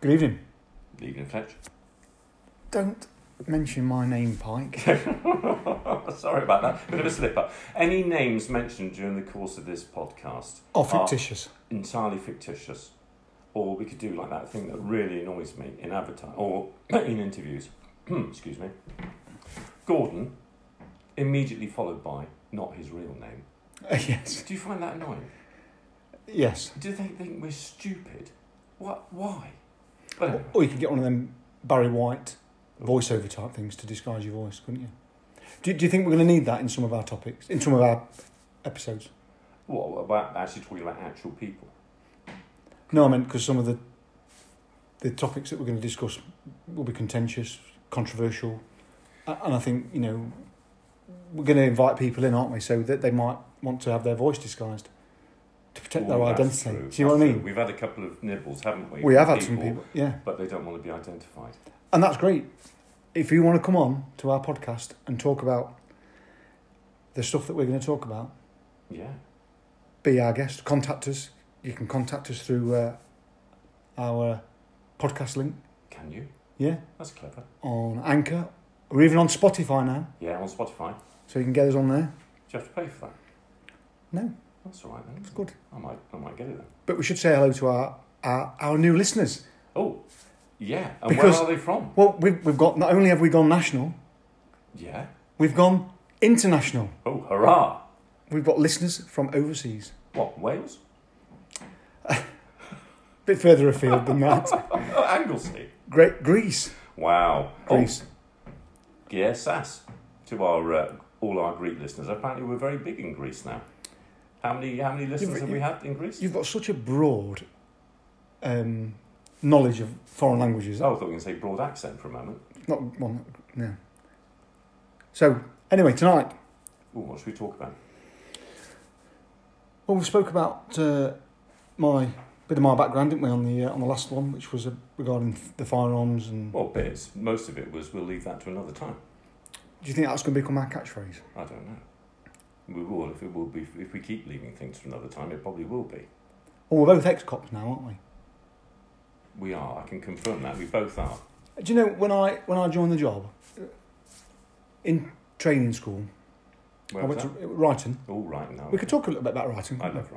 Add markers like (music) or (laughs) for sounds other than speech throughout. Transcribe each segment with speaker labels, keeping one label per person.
Speaker 1: Good evening.
Speaker 2: Good evening, Fletch.
Speaker 1: Don't mention my name, Pike.
Speaker 2: (laughs) Sorry about that. Bit of a slip up. Any names mentioned during the course of this podcast
Speaker 1: Oh, fictitious.
Speaker 2: entirely fictitious. Or we could do like that thing that really annoys me in advertising or (clears throat) in interviews. Excuse me. Gordon, immediately followed by not his real name.
Speaker 1: (laughs) yes.
Speaker 2: Do you find that annoying?
Speaker 1: Yes.
Speaker 2: Do they think we're stupid? What? Why? But anyway,
Speaker 1: Or you could get one of them Barry White voiceover type things to disguise your voice, couldn't you? Do, do you think we're going to need that in some of our topics, in some of our episodes?
Speaker 2: what about actually talking about actual people?
Speaker 1: No, I meant because some of the the topics that we're going to discuss will be contentious, controversial, a- and I think you know we're going to invite people in, aren't we? So that they might want to have their voice disguised to protect
Speaker 2: Ooh,
Speaker 1: their
Speaker 2: that's
Speaker 1: identity.
Speaker 2: true,
Speaker 1: Do you know what I
Speaker 2: that's
Speaker 1: mean?
Speaker 2: true. We've had a couple of nibbles, haven't we?
Speaker 1: We have had
Speaker 2: People,
Speaker 1: some people, yeah,
Speaker 2: but they don't want to be identified.
Speaker 1: and that's great. If you want to come on to our podcast and talk about the stuff that we're going to talk about,
Speaker 2: Yeah.
Speaker 1: be our guest. Contact us. You can contact us through uh, our podcast link.
Speaker 2: Can you?
Speaker 1: Yeah.
Speaker 2: That's clever.
Speaker 1: on Anchor. We're even on Spotify now,
Speaker 2: Yeah, on Spotify.
Speaker 1: so you can get us on there.
Speaker 2: Do you have to pay for that?
Speaker 1: No.
Speaker 2: That's all right then.
Speaker 1: It's good.
Speaker 2: I might, I might get it then.
Speaker 1: But we should say hello to our our, our new listeners.
Speaker 2: Oh, yeah. And
Speaker 1: Because-
Speaker 2: where are they from?
Speaker 1: Well, we've, we've got, not only have we gone national,
Speaker 2: Yeah.
Speaker 1: we've gone international.
Speaker 2: Oh, hurrah!
Speaker 1: We've got listeners from overseas.
Speaker 2: What, Wales?
Speaker 1: A bit further afield than that. (laughs)
Speaker 2: Oh, Anglesey.
Speaker 1: Great Greece.
Speaker 2: Wow. Oh,
Speaker 1: Greece.
Speaker 2: yeah, Sass. To our, uh, all our Greek listeners. Apparently we're very big in Greece now. How many, how many listeners have we
Speaker 1: you-
Speaker 2: had in Greece?
Speaker 1: You've got such a broad um, knowledge of foreign languages.
Speaker 2: Oh, I thought we were going to say broad accent for a moment.
Speaker 1: Not one, no. So, anyway, tonight
Speaker 2: Ooh, what should we talk about?
Speaker 1: Well, we spoke about uh, my bit of my background, didn't we, on the uh, on the last one, which was uh, regarding the firearms. And do
Speaker 2: Well, bits. Most of it was we'll leave that to another time.
Speaker 1: you think that's going to become our catchphrase?
Speaker 2: I don't know. We will if it will be if we keep leaving things for another time. It probably will be.
Speaker 1: Well, we're both ex-cops now, aren't we?
Speaker 2: We are. I can confirm that we both are.
Speaker 1: Do you know when I when I joined the job uh, in training school?
Speaker 2: Where
Speaker 1: I
Speaker 2: was
Speaker 1: went to
Speaker 2: that?
Speaker 1: Wrighton.
Speaker 2: All right now.
Speaker 1: We could talk a little bit about Wrighton.
Speaker 2: I
Speaker 1: couldn't
Speaker 2: love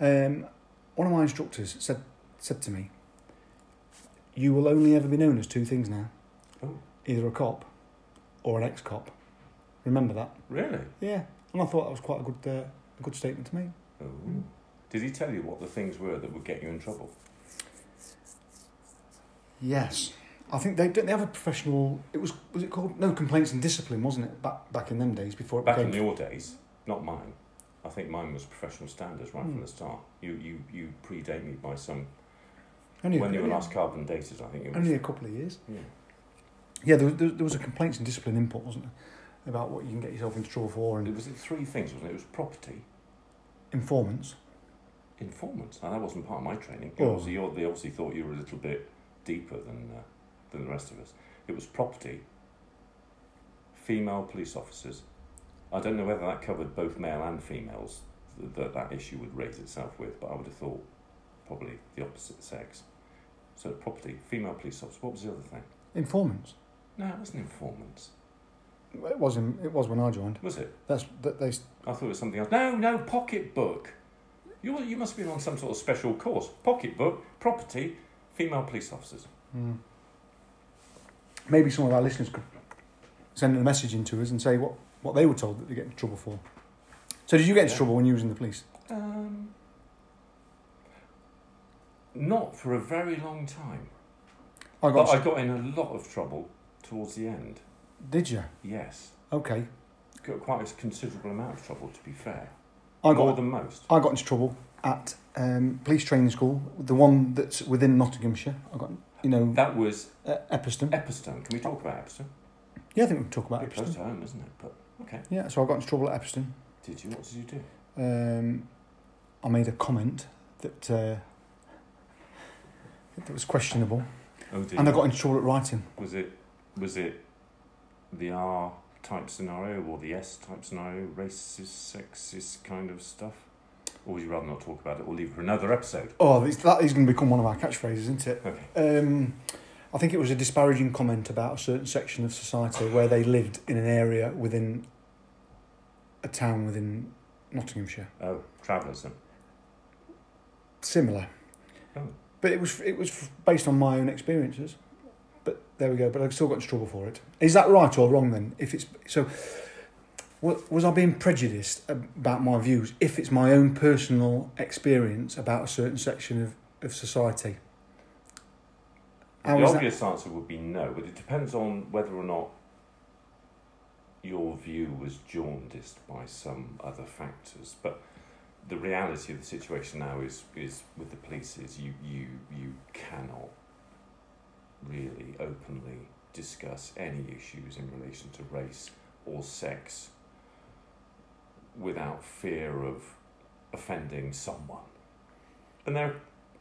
Speaker 2: Ryan.
Speaker 1: we? Um, one of my instructors said said to me, "You will only ever be known as two things now:
Speaker 2: Oh.
Speaker 1: either a cop or an ex-cop." Remember that.
Speaker 2: Really?
Speaker 1: Yeah, and I thought that was quite a good, uh, a good statement to make.
Speaker 2: Oh. Did he tell you what the things were that would get you in trouble?
Speaker 1: Yes, I think they didn't they have a professional. It was was it called no complaints and discipline, wasn't it? Back back in them days before it
Speaker 2: Back in
Speaker 1: became.
Speaker 2: your days, not mine. I think mine was professional standards right
Speaker 1: Hmm.
Speaker 2: from the start. You you you predate me by some
Speaker 1: only a-
Speaker 2: when you were
Speaker 1: only-
Speaker 2: last carbon dated. I think it was.
Speaker 1: Only a couple of years.
Speaker 2: Yeah.
Speaker 1: Yeah, there was, there was- there was a complaints and discipline input, wasn't there, about what you can get yourself into trouble for
Speaker 2: It
Speaker 1: and
Speaker 2: was three things, wasn't it? It was property,
Speaker 1: informants.
Speaker 2: informants. Now, that wasn't part of my training.
Speaker 1: Oh.
Speaker 2: Obviously, you're, they obviously thought you were a little bit deeper than, uh, than the rest of us. It was property, female police officers. I don't know whether that covered both male and females th- that that issue would raise itself with, but I would have thought probably the opposite sex. So, property, female police officers. What was the other thing?
Speaker 1: Informants.
Speaker 2: No, it wasn't informants,
Speaker 1: It was in, It was when I joined.
Speaker 2: was it?
Speaker 1: That's that they.
Speaker 2: I thought it was something else. No, no, pocketbook. You you must have been on some sort of special course. Pocketbook, property, female police officers.
Speaker 1: Hmm. Maybe some of our listeners could send a message in to us and say what, what they were told that they get into trouble for. So did you get into
Speaker 2: Yeah.
Speaker 1: trouble when you was in the police?
Speaker 2: Um, not for a very long time.
Speaker 1: I
Speaker 2: But
Speaker 1: got.
Speaker 2: I got in a lot of trouble towards the end.
Speaker 1: Did you?
Speaker 2: Yes,
Speaker 1: Okay.
Speaker 2: got quite a considerable amount of trouble. To be fair,
Speaker 1: I
Speaker 2: more
Speaker 1: got
Speaker 2: than most.
Speaker 1: I got into trouble at um, police training school, the one that's within Nottinghamshire. I got you know
Speaker 2: That was
Speaker 1: uh, Epperstone.
Speaker 2: Epperstone. Can we talk about Epperstone?
Speaker 1: yeah, I think we can talk about
Speaker 2: bit close
Speaker 1: Epperstone.
Speaker 2: to home, isn't it? But okay.
Speaker 1: Yeah, so I got into trouble at Epperstone.
Speaker 2: Did you? What did you do?
Speaker 1: Um, I made a comment that uh, that was questionable,
Speaker 2: Oh dear.
Speaker 1: and I got into trouble at writing.
Speaker 2: Was it was it the R type scenario or the S type scenario, racist, sexist kind of stuff? Or would you rather not talk about it or leave it for another episode?
Speaker 1: Oh, this, that is going to become one of our catchphrases, isn't it?
Speaker 2: Okay.
Speaker 1: Um, I think it was a disparaging comment about a certain section of society where they lived in an area within a town within Nottinghamshire.
Speaker 2: Oh, travellers then.
Speaker 1: Similar.
Speaker 2: Oh.
Speaker 1: But it was it was based on my own experiences. But there we go. But I've still got into trouble for it. Is that right or wrong then? If it's so, wa- was I being prejudiced about my views? If it's my own personal experience about a certain section of, of society, how
Speaker 2: the
Speaker 1: is that-
Speaker 2: obvious answer would be no, but it depends on whether or not your view was jaundiced by some other factors. But the reality of the situation now is, is with the police is you, you, you cannot really openly discuss any issues in relation to race or sex without fear of offending someone. And there,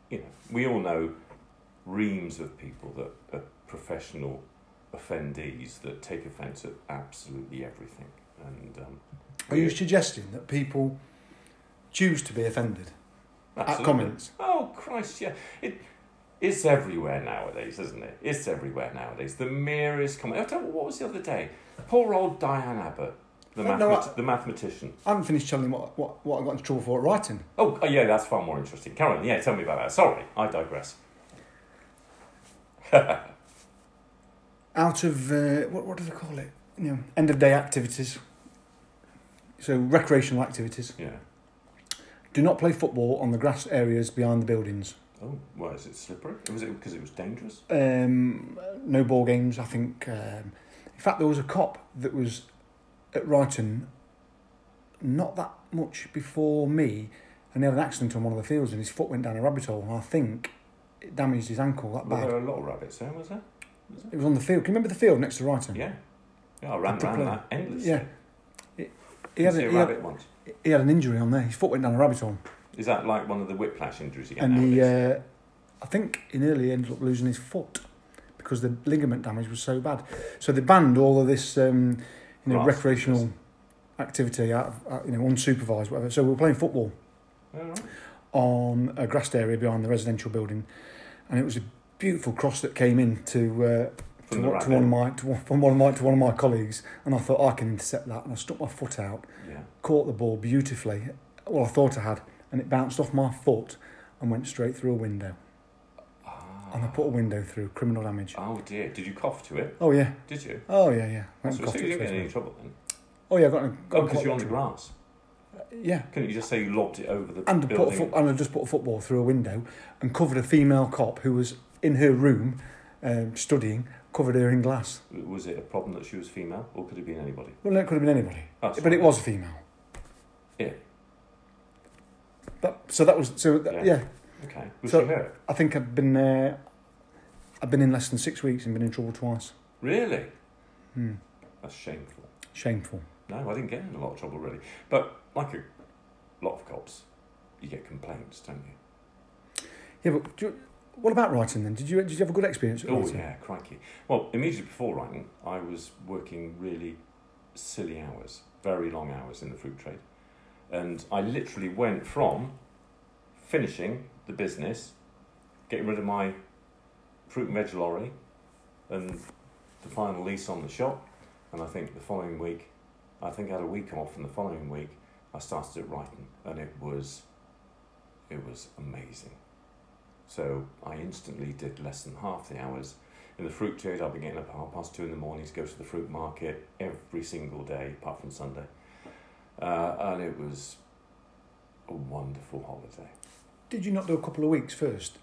Speaker 2: you know, we all know reams of people that are professional offendees that take offence at absolutely everything. And um,
Speaker 1: Are you suggesting that people choose to be offended
Speaker 2: absolutely.
Speaker 1: at comments?
Speaker 2: Oh Christ, yeah, it it's everywhere nowadays, isn't it? It's everywhere nowadays. The merest comment. I don't know, what was the other day? Poor old Diane Abbott, the,
Speaker 1: Oh,
Speaker 2: mathemat-
Speaker 1: no, I-
Speaker 2: the mathematician.
Speaker 1: I haven't finished telling you what, what, what I got into trouble for at writing.
Speaker 2: Oh, oh, yeah, that's far more interesting. Karen, yeah, tell me about that. Sorry, I digress.
Speaker 1: Out of, uh, what, what do they call it? You know, end of day activities. So, recreational activities.
Speaker 2: Yeah.
Speaker 1: Do not play football on the grass areas behind the buildings.
Speaker 2: Oh, why is it slippery? Was it because it was dangerous?
Speaker 1: Um, no ball games, I think. Um, in fact, there was a cop that was at Brighton not that much before me, and he had an accident on one of the fields, and his foot went down a rabbit hole, and I think it damaged his ankle that
Speaker 2: Were
Speaker 1: bad.
Speaker 2: there a lot of rabbits there, was there? Was there?
Speaker 1: It was on the field. Can you remember the field next to Brighton?
Speaker 2: Yeah. Yeah, I ran
Speaker 1: The
Speaker 2: around
Speaker 1: problem-
Speaker 2: that endlessly.
Speaker 1: Yeah. He- He
Speaker 2: Didn't
Speaker 1: had,
Speaker 2: see
Speaker 1: a,
Speaker 2: a
Speaker 1: he, had,
Speaker 2: rabbit once.
Speaker 1: he had an injury on there. His foot went down a rabbit hole,
Speaker 2: Is that like one of the whiplash injuries you get
Speaker 1: and he,
Speaker 2: nowadays?
Speaker 1: uh, I think, in early he ended up losing his foot because the ligament damage was so bad. So they banned all of this, um, you know,
Speaker 2: Grass,
Speaker 1: recreational activity out of, out, you know, unsupervised, whatever. So we were playing football uh,
Speaker 2: Oh, right.
Speaker 1: on a grassed area behind the residential building, and it was a beautiful cross that came in to. Uh, to,
Speaker 2: From the
Speaker 1: one- to
Speaker 2: rabbit.
Speaker 1: one of my to one, from one of my to one of my colleagues, and I thought "Oh, I can intercept that, and I stuck my foot out,
Speaker 2: Yeah.
Speaker 1: caught the ball beautifully. Well, I thought I had, and it bounced off my foot and went straight through a window. And I
Speaker 2: Ah.
Speaker 1: put a window through, criminal damage.
Speaker 2: Oh dear. Did you cough to it?
Speaker 1: Oh yeah,
Speaker 2: Did you?
Speaker 1: oh yeah, yeah. Went
Speaker 2: so
Speaker 1: and got it
Speaker 2: so you didn't
Speaker 1: straight
Speaker 2: get in any
Speaker 1: away.
Speaker 2: trouble then?
Speaker 1: Oh yeah, I got. A, got
Speaker 2: Oh, because
Speaker 1: caught
Speaker 2: you're on the
Speaker 1: literally.
Speaker 2: grass.
Speaker 1: Yeah,
Speaker 2: Couldn't you just say you lobbed it over
Speaker 1: and
Speaker 2: the
Speaker 1: I put a
Speaker 2: building?
Speaker 1: foot, and I just put a football through a window and covered a female cop who was in her room, um, studying, covered her in glass.
Speaker 2: Was it a problem that she was female, or could it have been anybody?
Speaker 1: Well, no, it could have been anybody,
Speaker 2: Oh, sorry.
Speaker 1: but it was a female.
Speaker 2: Yeah.
Speaker 1: That, so that was so that,
Speaker 2: Yeah.
Speaker 1: yeah.
Speaker 2: Okay. Was
Speaker 1: So-
Speaker 2: she hurt?
Speaker 1: I think I've been uh, I've been in less than six weeks and been in trouble twice.
Speaker 2: Really?
Speaker 1: Hmm.
Speaker 2: That's shameful.
Speaker 1: Shameful.
Speaker 2: No, I didn't get in a lot of trouble really. But like a lot of cops, you get complaints, don't you?
Speaker 1: Yeah, but do you, what about writing then? Did you did you have a good experience? At
Speaker 2: Oh
Speaker 1: writing?
Speaker 2: yeah, crikey! Well, immediately before writing, I was working really silly hours, very long hours in the fruit trade, and I literally went from finishing the business, getting rid of my fruit and veg lorry, and the final lease on the shop, and I think the following week, I think I had a week off, and the following week I started at writing, and it was, it was amazing. So I instantly did less than half the hours. In the fruit trade, I've been getting up at half past two in the morning to go to the fruit market every single day, apart from Sunday. Uh, and it was a wonderful holiday.
Speaker 1: Did you not do a couple of weeks first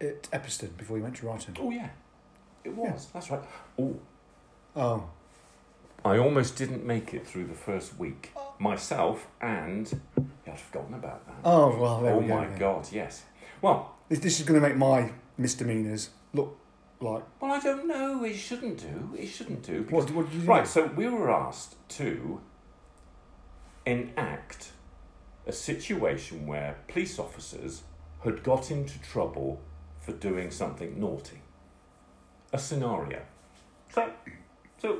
Speaker 1: at Epperson before you went to writing?
Speaker 2: Oh, yeah, it was. That's right. Oh,
Speaker 1: Oh,
Speaker 2: I almost didn't make it through the first week myself, and yeah, I'd forgotten about that.
Speaker 1: oh well. There
Speaker 2: oh,
Speaker 1: we go
Speaker 2: my
Speaker 1: then.
Speaker 2: God, yes. Well,
Speaker 1: This, this is going to make my misdemeanors look like
Speaker 2: well, I don't know. It shouldn't do. It shouldn't do. because
Speaker 1: what? What did you do?
Speaker 2: Right, so we were asked to enact a situation where police officers had got into trouble for doing something naughty. A scenario. So, so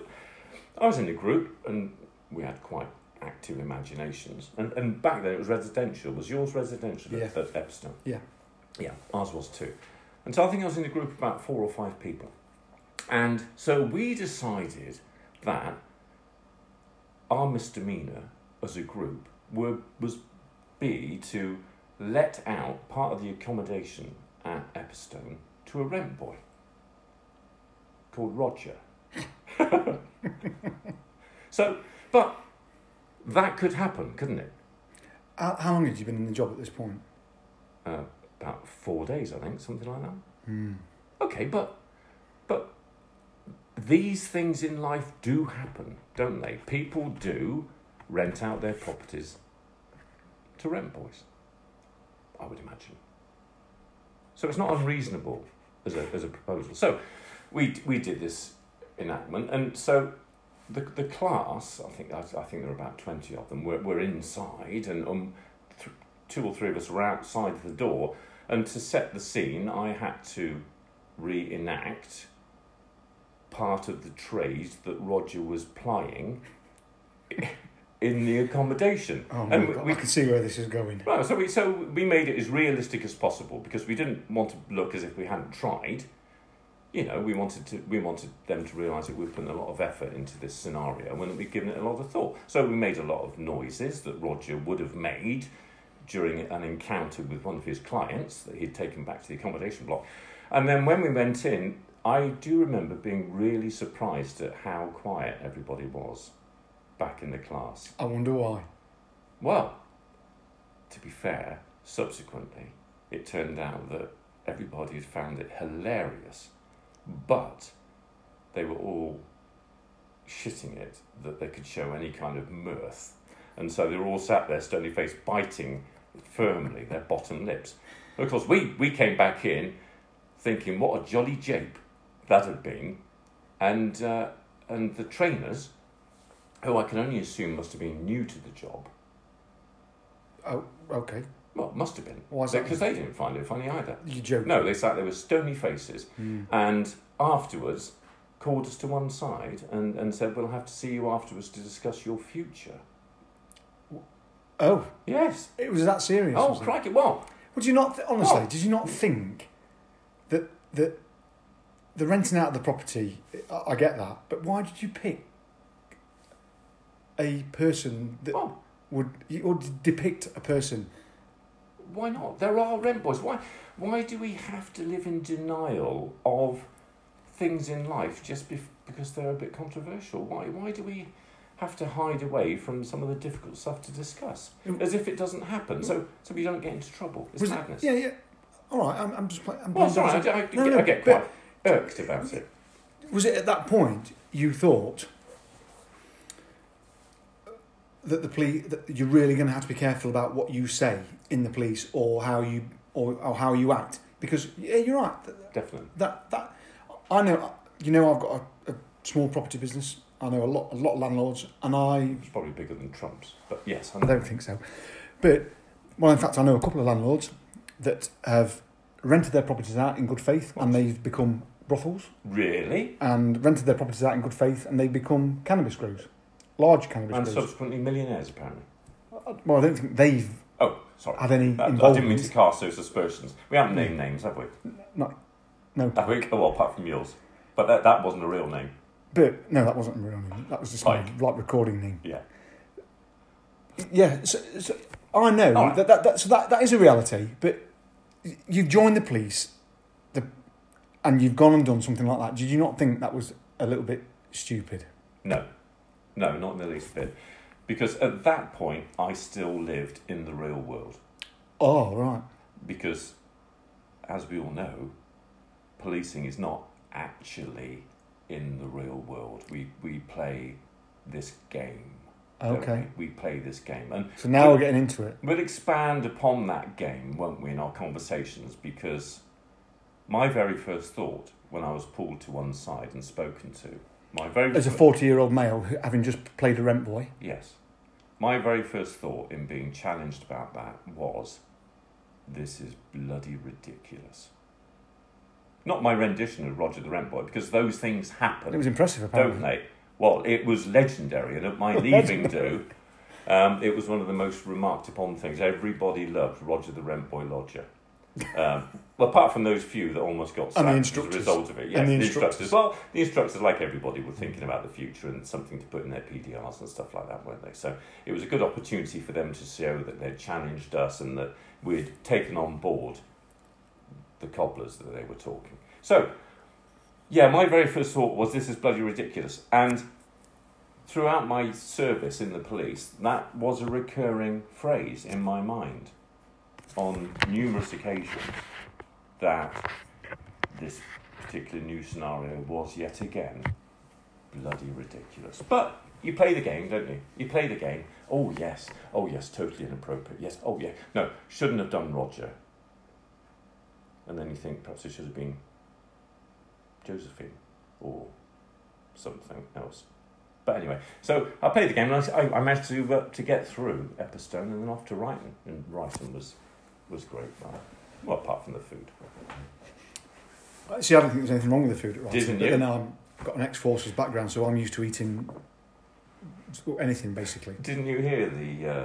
Speaker 2: I was in a group and we had quite active imaginations. And, and back then it was residential. Was yours residential at-
Speaker 1: Yeah.
Speaker 2: at Epstone?
Speaker 1: Yeah.
Speaker 2: Yeah, ours was too. And so I think I was in a group of about four or five people. And so we decided that our misdemeanour as a group were, was be to let out part of the accommodation at Epstone to a rent boy called Roger. (laughs) so, but that could happen, couldn't it?
Speaker 1: How, how long had you been in the job at this point?
Speaker 2: Uh, about four days, I think, something like that.
Speaker 1: Hmm.
Speaker 2: Okay, but but these things in life do happen, don't they? People do rent out their properties to rent boys. I would imagine. So it's not unreasonable as a as a proposal. So we we did this enactment, and so. The, the class, I think I, I think there are about twenty of them. We're, we're inside, and um, th- two or three of us were outside the door. And to set the scene, I had to reenact part of the trade that Roger was plying in the accommodation.
Speaker 1: Oh my
Speaker 2: and we-
Speaker 1: God,
Speaker 2: we
Speaker 1: I can see where this is going.
Speaker 2: Right, so we so we made it as realistic as possible because we didn't want to look as if we hadn't tried. You know, we wanted to we wanted them to realise that we've put a lot of effort into this scenario and that we've given it a lot of thought. So we made a lot of noises that Roger would have made during an encounter with one of his clients that he'd taken back to the accommodation block. And then when we went in, I do remember being really surprised at how quiet everybody was back in the class.
Speaker 1: I wonder why.
Speaker 2: Well, to be fair, subsequently, it turned out that everybody had found it hilarious, but they were all shitting it that they could show any kind of mirth. And so they were all sat there, stony faced, biting firmly their bottom lips. And of course, we, we came back in thinking what a jolly jape that had been. And, uh, and the trainers, who I can only assume must have been new to the job,
Speaker 1: Oh, okay.
Speaker 2: well, it must have been.
Speaker 1: Why is that?
Speaker 2: Because they didn't find it funny either.
Speaker 1: You joke. Hmm.
Speaker 2: No, they sat there with stony faces and afterwards called us to one side and, and said, We'll have to see you afterwards to discuss your future.
Speaker 1: Oh,
Speaker 2: Yes.
Speaker 1: it was that serious.
Speaker 2: Oh,
Speaker 1: was it?
Speaker 2: crikey. Well,
Speaker 1: Would you not th- honestly?
Speaker 2: Well-
Speaker 1: Did you not think that that the renting out of the property? I, I get that, but why did you pick a person that
Speaker 2: well,
Speaker 1: would you- or d- depict a person?
Speaker 2: why not? There are rent boys. Why, why do we have to live in denial of things in life just bef- because they're a bit controversial? Why, why do we have to hide away from some of the difficult stuff to discuss? As if it doesn't happen, so, so we don't get into trouble. It's
Speaker 1: Mm. Was it-
Speaker 2: madness.
Speaker 1: yeah, yeah. All right, I'm, I'm just. Play, I'm
Speaker 2: Well,
Speaker 1: playing
Speaker 2: sorry, I,
Speaker 1: devil's
Speaker 2: I, I
Speaker 1: No,
Speaker 2: get,
Speaker 1: no,
Speaker 2: I get
Speaker 1: but-
Speaker 2: quite irked about it.
Speaker 1: Was it at that point you thought that the police that you're really going to have to be careful about what you say in the police or how you or, or how you act because yeah, you're right. Th-
Speaker 2: Definitely.
Speaker 1: That that I know. You know, I've got a, a small property business. I know a lot, a lot of landlords, and I
Speaker 2: It's probably bigger than Trump's, but yes, I
Speaker 1: I
Speaker 2: know.
Speaker 1: don't think so. But, well, in fact, I know a couple of landlords that have rented their properties out in good faith and they've become brothels,
Speaker 2: Really?
Speaker 1: and rented their properties out in good faith and they've become cannabis grows, large cannabis
Speaker 2: And
Speaker 1: grows.
Speaker 2: subsequently millionaires, apparently.
Speaker 1: well, I don't think they've
Speaker 2: Oh, sorry.
Speaker 1: had any
Speaker 2: I, I
Speaker 1: involvement.
Speaker 2: didn't mean to cast those aspersions. We haven't named names, have we?
Speaker 1: No,
Speaker 2: Have we? Oh, well, apart from yours. But that, that wasn't a real name.
Speaker 1: but no, that wasn't a real name. That was just my,
Speaker 2: Pike.
Speaker 1: like recording name.
Speaker 2: Yeah.
Speaker 1: Yeah, so, so I know
Speaker 2: All right.
Speaker 1: that, that, that so that that is a reality, but y- you've joined the police, the, and you've gone and done something like that. Did you not think that was a little bit stupid?
Speaker 2: No. No, not in the least bit. Because at that point, I still lived in the real world.
Speaker 1: Oh right,
Speaker 2: Because, as we all know, policing is not actually in the real world. We, we play this game. don't
Speaker 1: okay.
Speaker 2: We, we play this game. And
Speaker 1: So now we're getting into it.
Speaker 2: we'll expand upon that game, won't we, in our conversations? Because my very first thought when I was pulled to one side and spoken to, my very
Speaker 1: As a
Speaker 2: fir-
Speaker 1: forty-year-old male, who- having just played a rent boy,
Speaker 2: Yes. My very first thought in being challenged about that was this is bloody ridiculous. Not my rendition of Roger the Rent Boy, because those things happen
Speaker 1: it was impressive.
Speaker 2: don't
Speaker 1: Apparently, (laughs)
Speaker 2: they? Well, it was legendary, and at my leaving do, Um, it was one of the most remarked upon things. Everybody loved Roger the Rent Boy Lodger.
Speaker 1: (laughs)
Speaker 2: Um, well, apart from those few that almost got sacked
Speaker 1: And the
Speaker 2: as a
Speaker 1: instructors.
Speaker 2: result of it. Yes,
Speaker 1: the
Speaker 2: the,
Speaker 1: instructors.
Speaker 2: instructors. Well, the instructors, like everybody, were thinking about the future and something to put in their PDRs and stuff like that, weren't they? So it was a good opportunity for them to show that they'd challenged us and that we'd taken on board the cobblers that they were talking. So, yeah, my very first thought was this is bloody ridiculous. And throughout my service in the police, that was a recurring phrase in my mind on numerous occasions that this particular new scenario was yet again bloody ridiculous. But you play the game, don't you? You play the game. Oh, yes. Oh, yes. Totally inappropriate. Yes. Oh, yeah. No, shouldn't have done Roger. And then you think perhaps it should have been Josephine or something else. But anyway, so I played the game and I, I, I managed to uh, to get through Epperstone and then off to Brighton. And Brighton was was great fun. Well, apart from the food.
Speaker 1: See, I don't think there's anything wrong with the food at Rotherham.
Speaker 2: Didn't
Speaker 1: but
Speaker 2: you?
Speaker 1: then I've got an ex-forces background, so I'm used to eating anything basically.
Speaker 2: Didn't you hear the? Uh,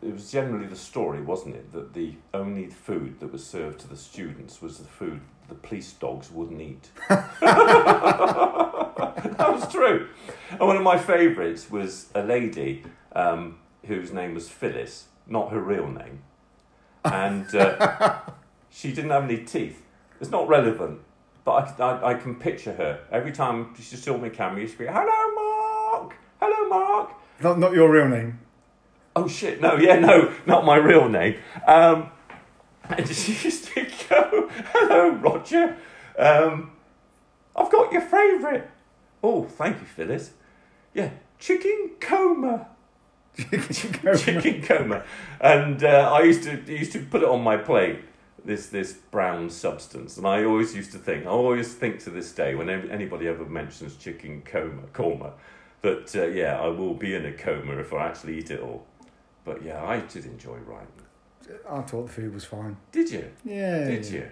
Speaker 2: it was generally the story, wasn't it, that the only food that was served to the students was the food the police dogs wouldn't eat. that was true. And one of my favourites was a lady um, whose name was Phyllis, not her real name, and uh, she didn't have any teeth. It's not relevant, but I, I, I can picture her every time she saw me camera. She used to be, "Hello, Mark. Hello, Mark."
Speaker 1: Not, not your real name. (laughs)
Speaker 2: oh shit, no, yeah, no, not my real name. Um, (laughs) and she used to go, hello, Roger. Um, I've got your favourite. Oh, thank you, Phyllis. Yeah, chicken coma (laughs) chicken coma, and uh, I used to used to put it on my plate. This this brown substance, and I always used to think. I always think to this day when any- anybody ever mentions chicken coma, coma, that uh, yeah, I will be in a coma if I actually eat it all. But yeah, I did enjoy writing.
Speaker 1: I thought the food was fine.
Speaker 2: Did you?
Speaker 1: Yeah. Mm.
Speaker 2: Did you?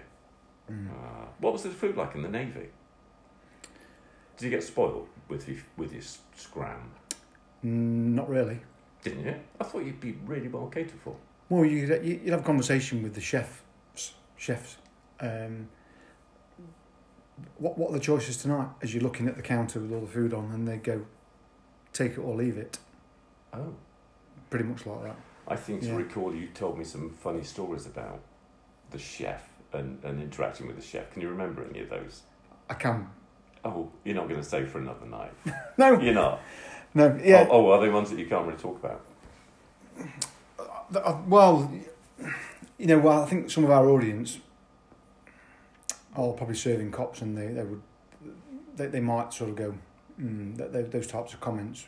Speaker 2: Ah, what was the food like in the navy? Did you get spoiled with your, with your s- scram?
Speaker 1: Mm, not really.
Speaker 2: Didn't you? I thought you'd be really well catered for.
Speaker 1: Well, you you- you'd have a conversation with the chefs. Chefs. Um, what what are the choices tonight? As you're looking at the counter with all the food on, and they go, take it or leave it.
Speaker 2: Oh.
Speaker 1: Pretty much like that.
Speaker 2: I think to
Speaker 1: Yeah.
Speaker 2: recall you told me some funny stories about the chef and, and interacting with the chef. Can you remember any of those?
Speaker 1: I can.
Speaker 2: Oh, you're not going to say for
Speaker 1: (laughs)
Speaker 2: another night.
Speaker 1: No,
Speaker 2: You're not.
Speaker 1: no, yeah.
Speaker 2: Oh, oh, are they ones that you can't really talk about?
Speaker 1: Th- uh, Well, you know, well, I think some of our audience are probably serving cops, and they, they would they, they might sort of go, mm, that tho- those types of comments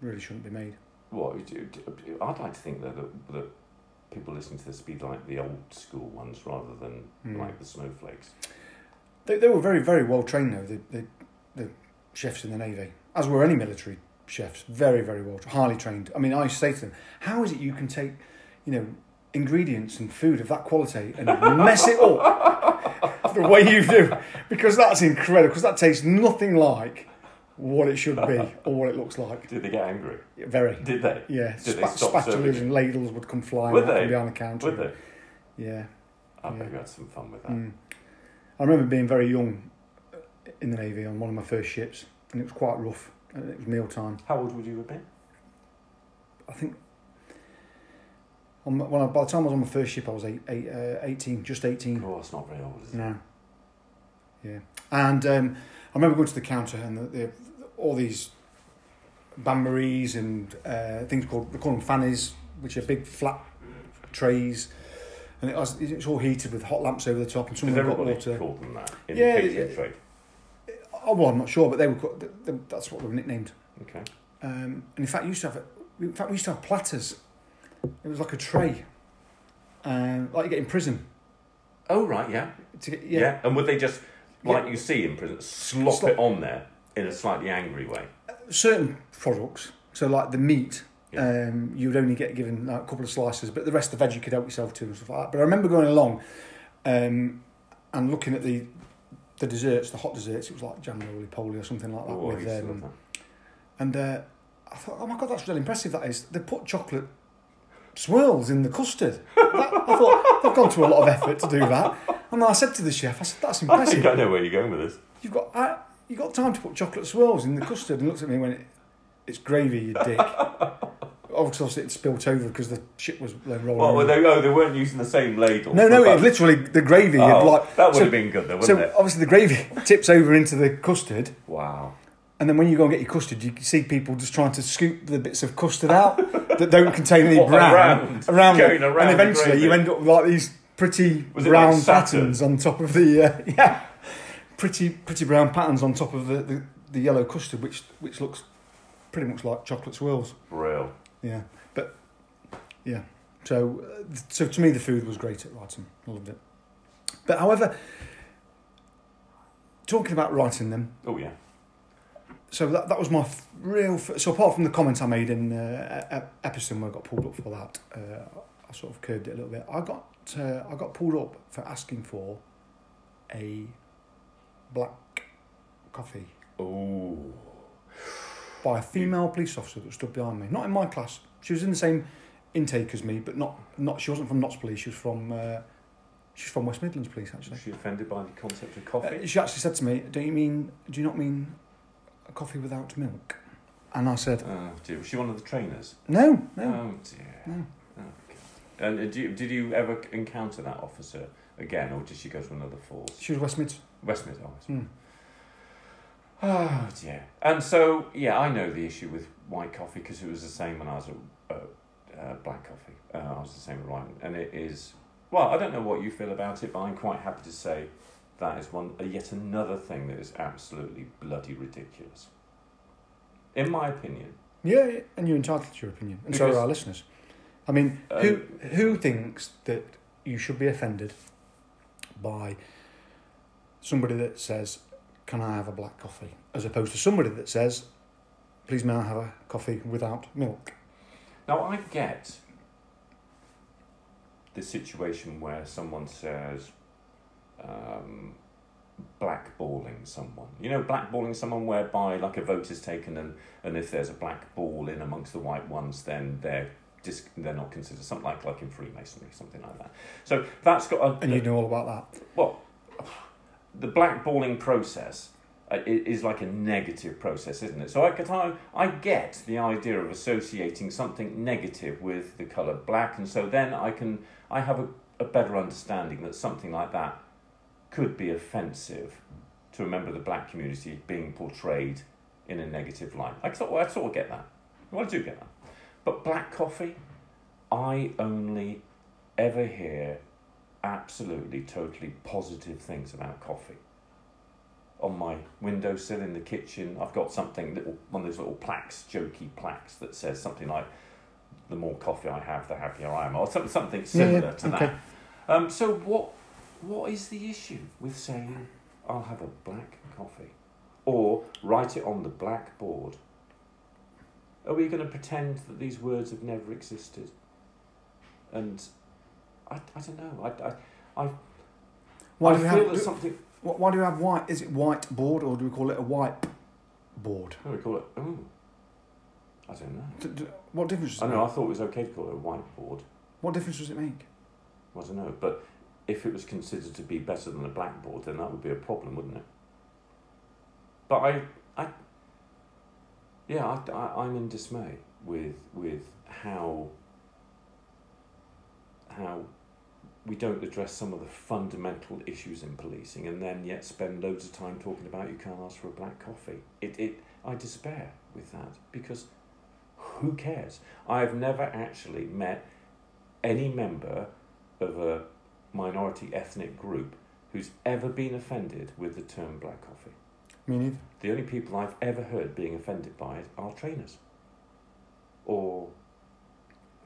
Speaker 1: really shouldn't be made.
Speaker 2: What? you do- do- I'd like to think that, that, that people listening to this be like the old school ones rather than
Speaker 1: Hmm.
Speaker 2: like the snowflakes.
Speaker 1: They, they were very very well trained though. The, the the chefs in the navy, as were any military chefs, very very well highly trained. I mean, I say to them, how is it you can take, you know. Ingredients and food of that quality and (laughs) mess it up (laughs) the way you do because that's incredible because that tastes nothing like what it should
Speaker 2: (laughs)
Speaker 1: be or what it looks like.
Speaker 2: Did they get angry?
Speaker 1: Very,
Speaker 2: Did they?
Speaker 1: yeah.
Speaker 2: Did they
Speaker 1: Spa-
Speaker 2: stop serving
Speaker 1: spatulas and ladles would come flying
Speaker 2: Would
Speaker 1: out
Speaker 2: they?
Speaker 1: from behind the counter.
Speaker 2: Would they?
Speaker 1: Yeah.
Speaker 2: I
Speaker 1: Yeah.
Speaker 2: bet you had some fun with that.
Speaker 1: Mm. I remember being very young uh, in the Navy on one of my first ships, and it was quite rough. And it was mealtime.
Speaker 2: How old would you have been?
Speaker 1: I think on my, when I, by the time I was on my first ship, I was eight, eight, uh, 18, just 18.
Speaker 2: Oh, it's not very old, is it?
Speaker 1: No. Yeah. And um, I remember going to the counter, and the, the, all these Bain Maries and uh, things called, they call them fannies, which are big flat trays. And it was, it's all heated with hot lamps over the top, and
Speaker 2: Because
Speaker 1: someone got
Speaker 2: everybody
Speaker 1: water.
Speaker 2: called them that in
Speaker 1: Yeah,
Speaker 2: the catering
Speaker 1: yeah.
Speaker 2: trade.
Speaker 1: Oh, well, I'm not sure, but they were. ca- th th that's what they were nicknamed.
Speaker 2: Okay.
Speaker 1: Um, and in fact, we used to have. In fact, we used to have platters. It was like a tray, um, like you get in prison.
Speaker 2: Oh, right, yeah.
Speaker 1: To get,
Speaker 2: Yeah.
Speaker 1: yeah,
Speaker 2: and would they just, like
Speaker 1: Yeah.
Speaker 2: you see in prison, slop,
Speaker 1: Slop.
Speaker 2: it on there in a slightly angry way?
Speaker 1: certain products. So, like the meat,
Speaker 2: Yeah.
Speaker 1: um, you would only get given like, a couple of slices, but the rest of the veg you could help yourself to and stuff like that. But I remember going along, um, and looking at the the desserts, the hot desserts. It was like jam roly poly or something like that. um,
Speaker 2: Oh, I
Speaker 1: with
Speaker 2: used to
Speaker 1: um,
Speaker 2: love
Speaker 1: And uh, I thought, oh my god, that's really impressive. That is, they put chocolate swirls in the custard. (laughs) That- I thought they've gone to a lot of effort to do that. And I said to the chef, I said, that's
Speaker 2: I think
Speaker 1: impressive.
Speaker 2: I know where you're going with this.
Speaker 1: You've got I, you got time to put chocolate swirls in the custard. And he looked at me and went, it's gravy, you dick. Obviously, it spilt over because the shit was like, rolling.
Speaker 2: Well,
Speaker 1: over.
Speaker 2: they, oh, they weren't using the same ladle.
Speaker 1: no, no,
Speaker 2: But-
Speaker 1: it literally the gravy
Speaker 2: oh,
Speaker 1: had like
Speaker 2: that would
Speaker 1: so-
Speaker 2: have been good, though, wouldn't
Speaker 1: So
Speaker 2: it?
Speaker 1: obviously the gravy (laughs) tips over into the custard,
Speaker 2: Wow.
Speaker 1: and then when you go and get your custard, you see people just trying to scoop the bits of custard out that don't contain any
Speaker 2: (laughs) What,
Speaker 1: brown
Speaker 2: around?
Speaker 1: it.
Speaker 2: Going around
Speaker 1: and eventually
Speaker 2: gravy.
Speaker 1: you end up with like these pretty
Speaker 2: Was it
Speaker 1: brown
Speaker 2: like Saturn?
Speaker 1: patterns on top of the uh, (laughs) yeah, pretty pretty brown patterns on top of the, the, the yellow custard, which which looks pretty much like chocolate swirls.
Speaker 2: Real.
Speaker 1: Yeah, but yeah. So, uh, th- so to me, the food was great at Wrighton. I loved it. But however, talking about writing them,
Speaker 2: Oh, yeah.
Speaker 1: so that, that was my f- real. F- so apart from the comment I made in uh, E- E- Epsom, where I got pulled up for that, uh, I sort of curbed it a little bit. I got uh, I got pulled up for asking for a black coffee
Speaker 2: Oh.
Speaker 1: by a female police officer that stood behind me. Not in my class. She was in the same intake as me, but not not. She wasn't from Notts Police. She was from uh, she's from West Midlands Police actually.
Speaker 2: Was she offended by the concept of
Speaker 1: Uh,
Speaker 2: coffee?
Speaker 1: she actually said to me, "Do you mean? Do you not mean a coffee without milk?" And I said,
Speaker 2: Oh, dear. Was she one of the trainers?
Speaker 1: "No, no."
Speaker 2: Oh, dear.
Speaker 1: No.
Speaker 2: Oh, God. And uh, do you, did you ever encounter that officer again, or did she go to another force?
Speaker 1: She was West Mids.
Speaker 2: Westmead, oh, Westmead.
Speaker 1: Hmm.
Speaker 2: Oh dear. And so, yeah, I know the issue with white coffee because it was the same when I was at uh, uh, black coffee. Uh, I was the same with Ryan, and it is. Well, I don't know what you feel about it, but I'm quite happy to say that is one uh, yet another thing that is absolutely bloody ridiculous. In my opinion,
Speaker 1: Yeah, yeah, and you're entitled to your opinion, and so
Speaker 2: Because- Um,
Speaker 1: are our listeners. I mean, who who thinks that you should be offended by somebody that says, "Can I have a black coffee?" as opposed to somebody that says, "Please may I have a coffee without milk?"
Speaker 2: Now I get the situation where someone says um, blackballing someone. You know, blackballing someone whereby like a vote is taken and, and if there's a black ball in amongst the white ones, then they're dis- they're not considered something like like in Freemasonry, something like that. So that's got a,
Speaker 1: And you know all about that.
Speaker 2: well, the blackballing process uh, i- is like a negative process, isn't it? So I, get- I, I get the idea of associating something negative with the colour black, and so then I can I have a, a better understanding that something like that could be offensive to a member of the black community being portrayed in a negative light. I sort I sort of get that. Well, I do get that. But black coffee, I only ever hear absolutely, totally positive things about coffee. On my windowsill in the kitchen, I've got something little, one of those little plaques, jokey plaques that says something like, "The more coffee I have, the happier I am," or some- something
Speaker 1: Yeah, yeah,
Speaker 2: similar to
Speaker 1: okay.
Speaker 2: that. Um, so what, what is the issue with saying, "I'll have a black coffee," or write it on the blackboard? Are we going to pretend that these words have never existed? And I, I don't know. I, I,
Speaker 1: Why
Speaker 2: I
Speaker 1: do we
Speaker 2: feel
Speaker 1: have?
Speaker 2: that
Speaker 1: do-
Speaker 2: something.
Speaker 1: Wh- Why do we have white? Is it white board or do we call it a white board?
Speaker 2: What do we call it? Ooh. I don't know.
Speaker 1: D- d- what difference?
Speaker 2: I
Speaker 1: Does it
Speaker 2: don't
Speaker 1: make?
Speaker 2: know. I thought it was okay to call it a whiteboard.
Speaker 1: What difference does it make?
Speaker 2: I don't know. But if it was considered to be better than a blackboard, then that would be a problem, wouldn't it? But I, I, yeah, I, I, I'm in dismay with with how how we don't address some of the fundamental issues in policing, and then yet spend loads of time talking about you can't ask for a black coffee. It, it, I despair with that because who cares? I have never actually met any member of a minority ethnic group who's ever been offended with the term black coffee.
Speaker 1: Me neither.
Speaker 2: The only people I've ever heard being offended by it are trainers or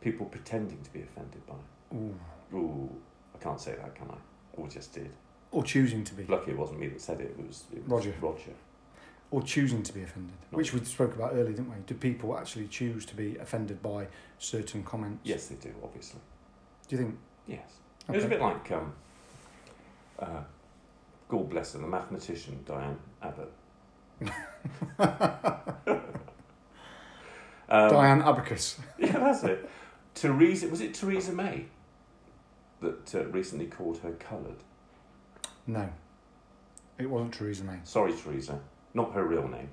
Speaker 2: people pretending to be offended by it.
Speaker 1: Ooh.
Speaker 2: Ooh, I can't say that, can I? Or just did.
Speaker 1: Or choosing to be,
Speaker 2: Lucky it wasn't me that said it, it was, it was
Speaker 1: Roger.
Speaker 2: Roger.
Speaker 1: or choosing to be offended, which we spoke about earlier, didn't we? Do people actually choose to be offended by certain comments?
Speaker 2: Yes, they do, obviously.
Speaker 1: Do you think?
Speaker 2: Yes. It was
Speaker 1: Okay.
Speaker 2: a bit like, um, uh, God bless her,
Speaker 1: (laughs)
Speaker 2: the mathematician Diane Abbott. Um,
Speaker 1: Diane Abacus.
Speaker 2: (laughs) Yeah, that's it. Theresa, was it Theresa May that uh, recently called her coloured?
Speaker 1: No, it wasn't Theresa May.
Speaker 2: Sorry, Theresa, not her real name.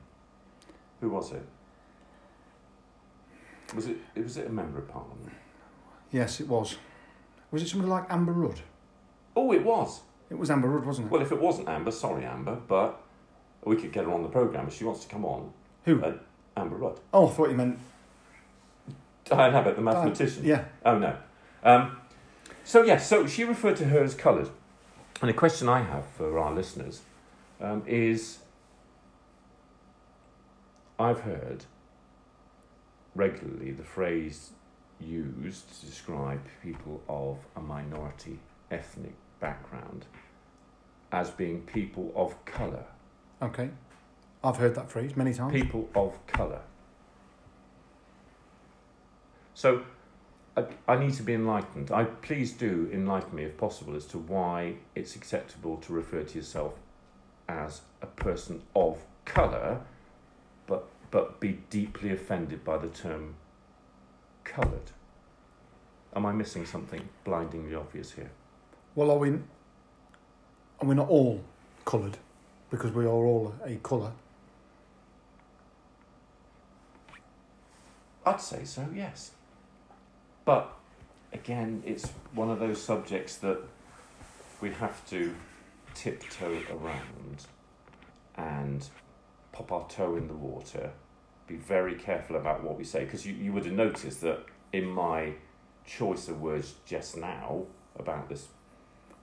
Speaker 2: Who was it? Was it was it a member of parliament?
Speaker 1: Yes, it was. Was it somebody like Amber Rudd?
Speaker 2: Oh, it was.
Speaker 1: It was Amber Rudd, wasn't it?
Speaker 2: Well, if it wasn't Amber, sorry Amber, but we could get her on the programme if she wants to come on.
Speaker 1: Who?
Speaker 2: Uh, Amber Rudd. (laughs)
Speaker 1: Oh, I thought you meant.
Speaker 2: Diane Abbott, the mathematician.
Speaker 1: Yeah.
Speaker 2: Oh no. Um, so yes, so she referred to her as coloured, and the question I have for our listeners um, is: I've heard regularly the phrase used to describe people of a minority ethnic background as being people of colour.
Speaker 1: Okay. I've heard that phrase many times.
Speaker 2: People of colour. So, I, I need to be enlightened. I please do enlighten me, if possible, as to why it's acceptable to refer to yourself as a person of colour, but but be deeply offended by the term coloured. Am I missing something blindingly obvious here?
Speaker 1: Well, are we? Are we not all coloured? Because we are all a colour.
Speaker 2: I'd say so, yes. But again, it's one of those subjects that we have to tiptoe around and pop our toe in the water, be very careful about what we say, because you, you would have noticed that in my choice of words just now about this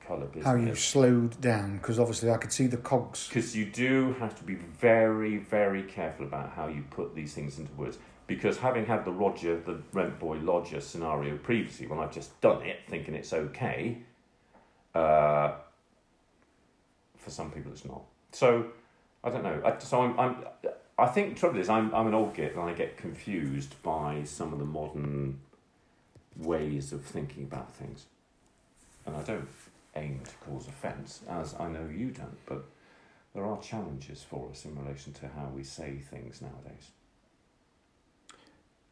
Speaker 2: colour business.
Speaker 1: How you slowed down? Because obviously I could see the cogs.
Speaker 2: Because you do have to be very, very careful about how you put these things into words. Because having had the Roger, the rent boy lodger scenario previously, when I've just done it, thinking it's okay, uh, for some people it's not. So I don't know. I, so I'm, I'm, I think the trouble is I'm, I'm an old git and I get confused by some of the modern ways of thinking about things. And I don't aim to cause offence, as I know you don't, but there are challenges for us in relation to how we say things nowadays.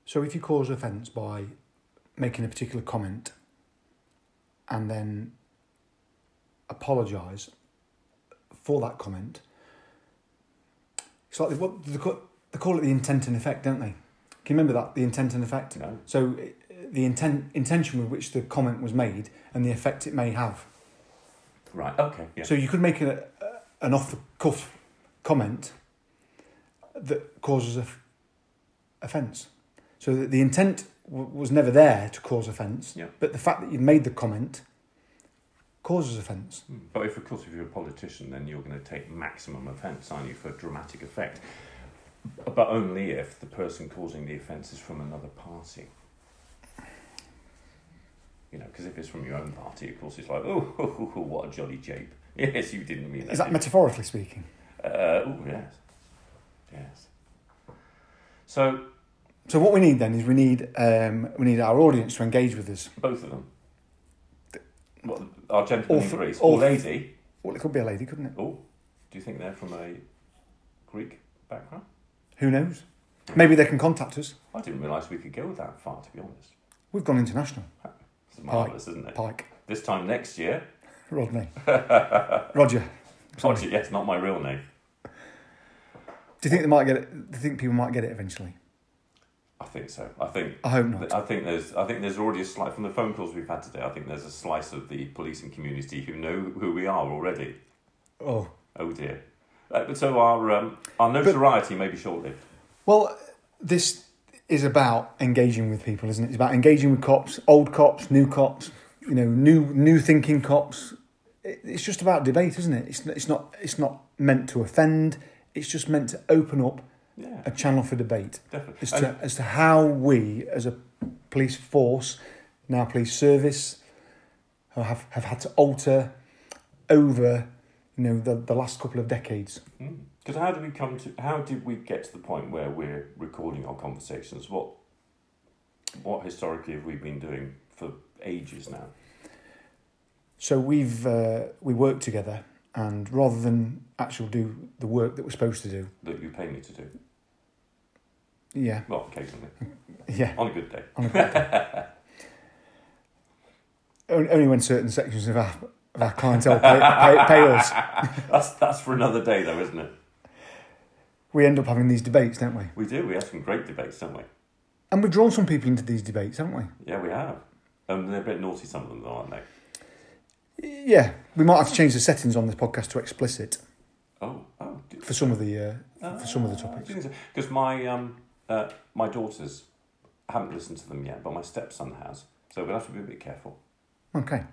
Speaker 1: So if you cause offence by making a particular comment and then apologise for that comment, it's like they, what they call, they call it the intent and effect, don't they? Can you remember that the intent and effect?
Speaker 2: No.
Speaker 1: So uh, the intent intention with which the comment was made and the effect it may have.
Speaker 2: Right. Okay. Yeah.
Speaker 1: So you could make a, a, an off the cuff comment that causes of offence. So that the intent w- was never there to cause offence,
Speaker 2: Yeah.
Speaker 1: but the fact that you made the comment causes offence.
Speaker 2: Hmm. But if, of course, if you're a politician, then you're going to take maximum offence, aren't you, for dramatic effect? But only if the person causing the offence is from another party. You know, because if it's from your own party, of course, it's like, oh, what a jolly jape. (laughs) Yes, you didn't mean that.
Speaker 1: Is that
Speaker 2: did you?"
Speaker 1: metaphorically speaking?
Speaker 2: Uh, oh, yes. Yes. So,
Speaker 1: So what we need then is we need um, we need our audience to engage with us.
Speaker 2: both of them. What, our gentleman
Speaker 1: All
Speaker 2: in
Speaker 1: th-
Speaker 2: Greece,
Speaker 1: all
Speaker 2: or
Speaker 1: th-
Speaker 2: lady.
Speaker 1: Well, it could be a lady, couldn't it?
Speaker 2: Oh, do you think they're from a Greek background?
Speaker 1: Who knows? Maybe they can contact us.
Speaker 2: I didn't realise we could go that far, to be honest.
Speaker 1: We've gone international.
Speaker 2: It's marvellous, isn't it?
Speaker 1: Pike,
Speaker 2: This time next year. (laughs)
Speaker 1: Rodney, Roger. Sorry.
Speaker 2: Sorry, yes, not my real name.
Speaker 1: Do you think they might get it? Do you think people might get it eventually?
Speaker 2: I think so. I think.
Speaker 1: I hope not.
Speaker 2: I think there's. I think there's already a slice from the phone calls we've had today. I think there's a slice of the policing community who know who we are already.
Speaker 1: Oh.
Speaker 2: Oh dear. Uh, but so our um, our notoriety may be short lived.
Speaker 1: Well, this is about engaging with people, isn't it? It's about engaging with cops, old cops, new cops, you know, new new thinking cops. It- It's just about debate, isn't it? It's it's not it's not meant to offend. It's just meant to open up
Speaker 2: Yeah,
Speaker 1: a channel for debate
Speaker 2: definitely.
Speaker 1: as
Speaker 2: And-
Speaker 1: to as to how we as a police force, now police service, have have had to alter over, you know, the, the last couple of decades.
Speaker 2: Because how do we come to? How did we get to the point where we're recording our conversations? What, what historically have we been doing for ages now?
Speaker 1: So we've uh, we work together, and rather than actually do the work that we're supposed to do,
Speaker 2: That you pay me to do.
Speaker 1: Yeah, (laughs)
Speaker 2: Well, occasionally.
Speaker 1: yeah.
Speaker 2: On a good day.
Speaker 1: On a good On- Only when certain sections of our, of our clientele pay, pay, pay us,
Speaker 2: That's, that's for another day, though, isn't it?
Speaker 1: we end up having these debates, don't we?
Speaker 2: We do. We have some great debates, don't we?
Speaker 1: And we've drawn some people into these debates, haven't we?
Speaker 2: Yeah, we have. Um, they're a bit naughty, some of them, though, aren't they?
Speaker 1: Yeah, we might have to change the settings on this podcast to explicit
Speaker 2: Oh, oh. do-
Speaker 1: for some of the uh, for some of the topics.
Speaker 2: Because my um, uh, my daughters I haven't listened to them yet, but my stepson has. So we'll have to be a bit careful.
Speaker 1: Okay.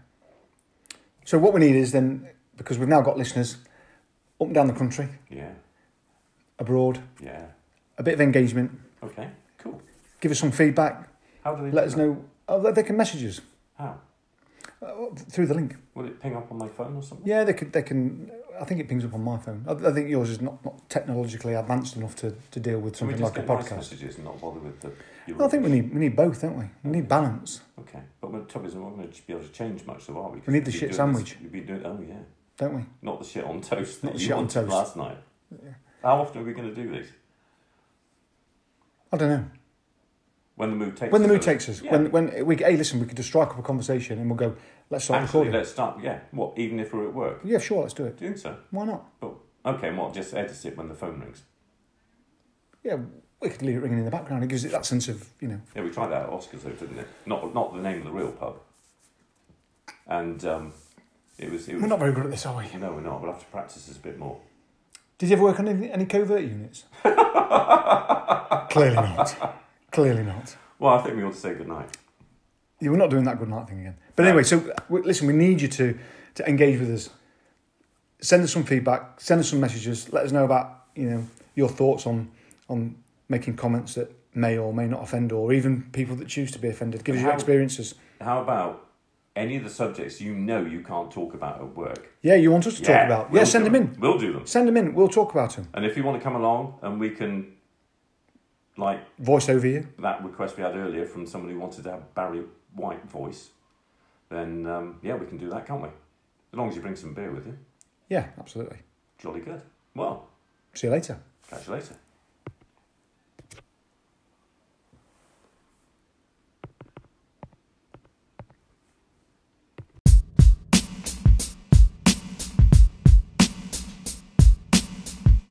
Speaker 1: So what we need is then because we've now got listeners up and down the country,
Speaker 2: Yeah,
Speaker 1: abroad,
Speaker 2: yeah.
Speaker 1: a bit of engagement.
Speaker 2: Okay, cool.
Speaker 1: Give us some feedback.
Speaker 2: How do they
Speaker 1: Let
Speaker 2: do
Speaker 1: us
Speaker 2: that?
Speaker 1: know. Oh, they- they can message us
Speaker 2: How?
Speaker 1: uh, through the link.
Speaker 2: Will it ping up on my phone or something?
Speaker 1: Yeah, they could. They can. I think it pings up on my phone. I, I think yours is not, not technologically advanced enough to, to deal with
Speaker 2: Can we
Speaker 1: something
Speaker 2: just
Speaker 1: like a
Speaker 2: get nice
Speaker 1: podcast.
Speaker 2: messages and not bother with the.
Speaker 1: Well, I think we need we need both, don't we? We need balance.
Speaker 2: Okay, but my trouble is, we're not going to be able to change much, though, are we? 'Cause
Speaker 1: need the
Speaker 2: you've been
Speaker 1: shit
Speaker 2: doing this-
Speaker 1: sandwich.
Speaker 2: You've been doing, oh yeah,
Speaker 1: don't we?
Speaker 2: not the shit on toast that
Speaker 1: Not the
Speaker 2: you
Speaker 1: shit on
Speaker 2: wanted
Speaker 1: toast.
Speaker 2: last night.
Speaker 1: Yeah.
Speaker 2: How often are we going to do these?
Speaker 1: I don't know.
Speaker 2: When the mood takes
Speaker 1: When the
Speaker 2: us,
Speaker 1: mood
Speaker 2: though.
Speaker 1: takes us,
Speaker 2: Yeah.
Speaker 1: when when we hey listen, we could just strike up a conversation and we'll go. Let's start
Speaker 2: Actually,
Speaker 1: recording.
Speaker 2: let's start. Yeah, what? Even if we're at work,
Speaker 1: Yeah, sure, let's do it.
Speaker 2: doing so.
Speaker 1: Why not?
Speaker 2: Oh, okay. Well, just edit it when the phone rings.
Speaker 1: Yeah, we could leave it ringing in the background. It gives it that sense of you know.
Speaker 2: Yeah, we tried that at Oscars, though, didn't it? Not not the name of the real pub. And um, it was. It was
Speaker 1: We're not very good at this, are we?
Speaker 2: (laughs) No, we're not. We'll have to practice this a bit more.
Speaker 1: Did you ever work on any, any covert
Speaker 2: (laughs)
Speaker 1: units? Clearly not. Clearly not.
Speaker 2: Well, I think we ought to say goodnight.
Speaker 1: Yeah, we're not doing that good night thing again. But anyway, so w- listen, we need you to to engage with us. Send us some feedback. Send us some messages. Let us know about you know your thoughts on on making comments that may or may not offend, or even people that choose to be offended. Give us your
Speaker 2: How-
Speaker 1: experiences.
Speaker 2: How about any of the subjects you know you can't talk about at work?
Speaker 1: Yeah, you want us to talk about? Yeah,
Speaker 2: we'll
Speaker 1: send
Speaker 2: do
Speaker 1: them in.
Speaker 2: We'll do them.
Speaker 1: Send them in. We'll talk about them.
Speaker 2: And if you want to come along and we can, like
Speaker 1: Voice over you.
Speaker 2: that request we had earlier from somebody who wanted to have Barry White voice, then um, yeah, we can do that, can't we? As long as you bring some beer with you.
Speaker 1: Yeah, absolutely.
Speaker 2: Jolly good. Well,
Speaker 1: See you later.
Speaker 2: catch you later.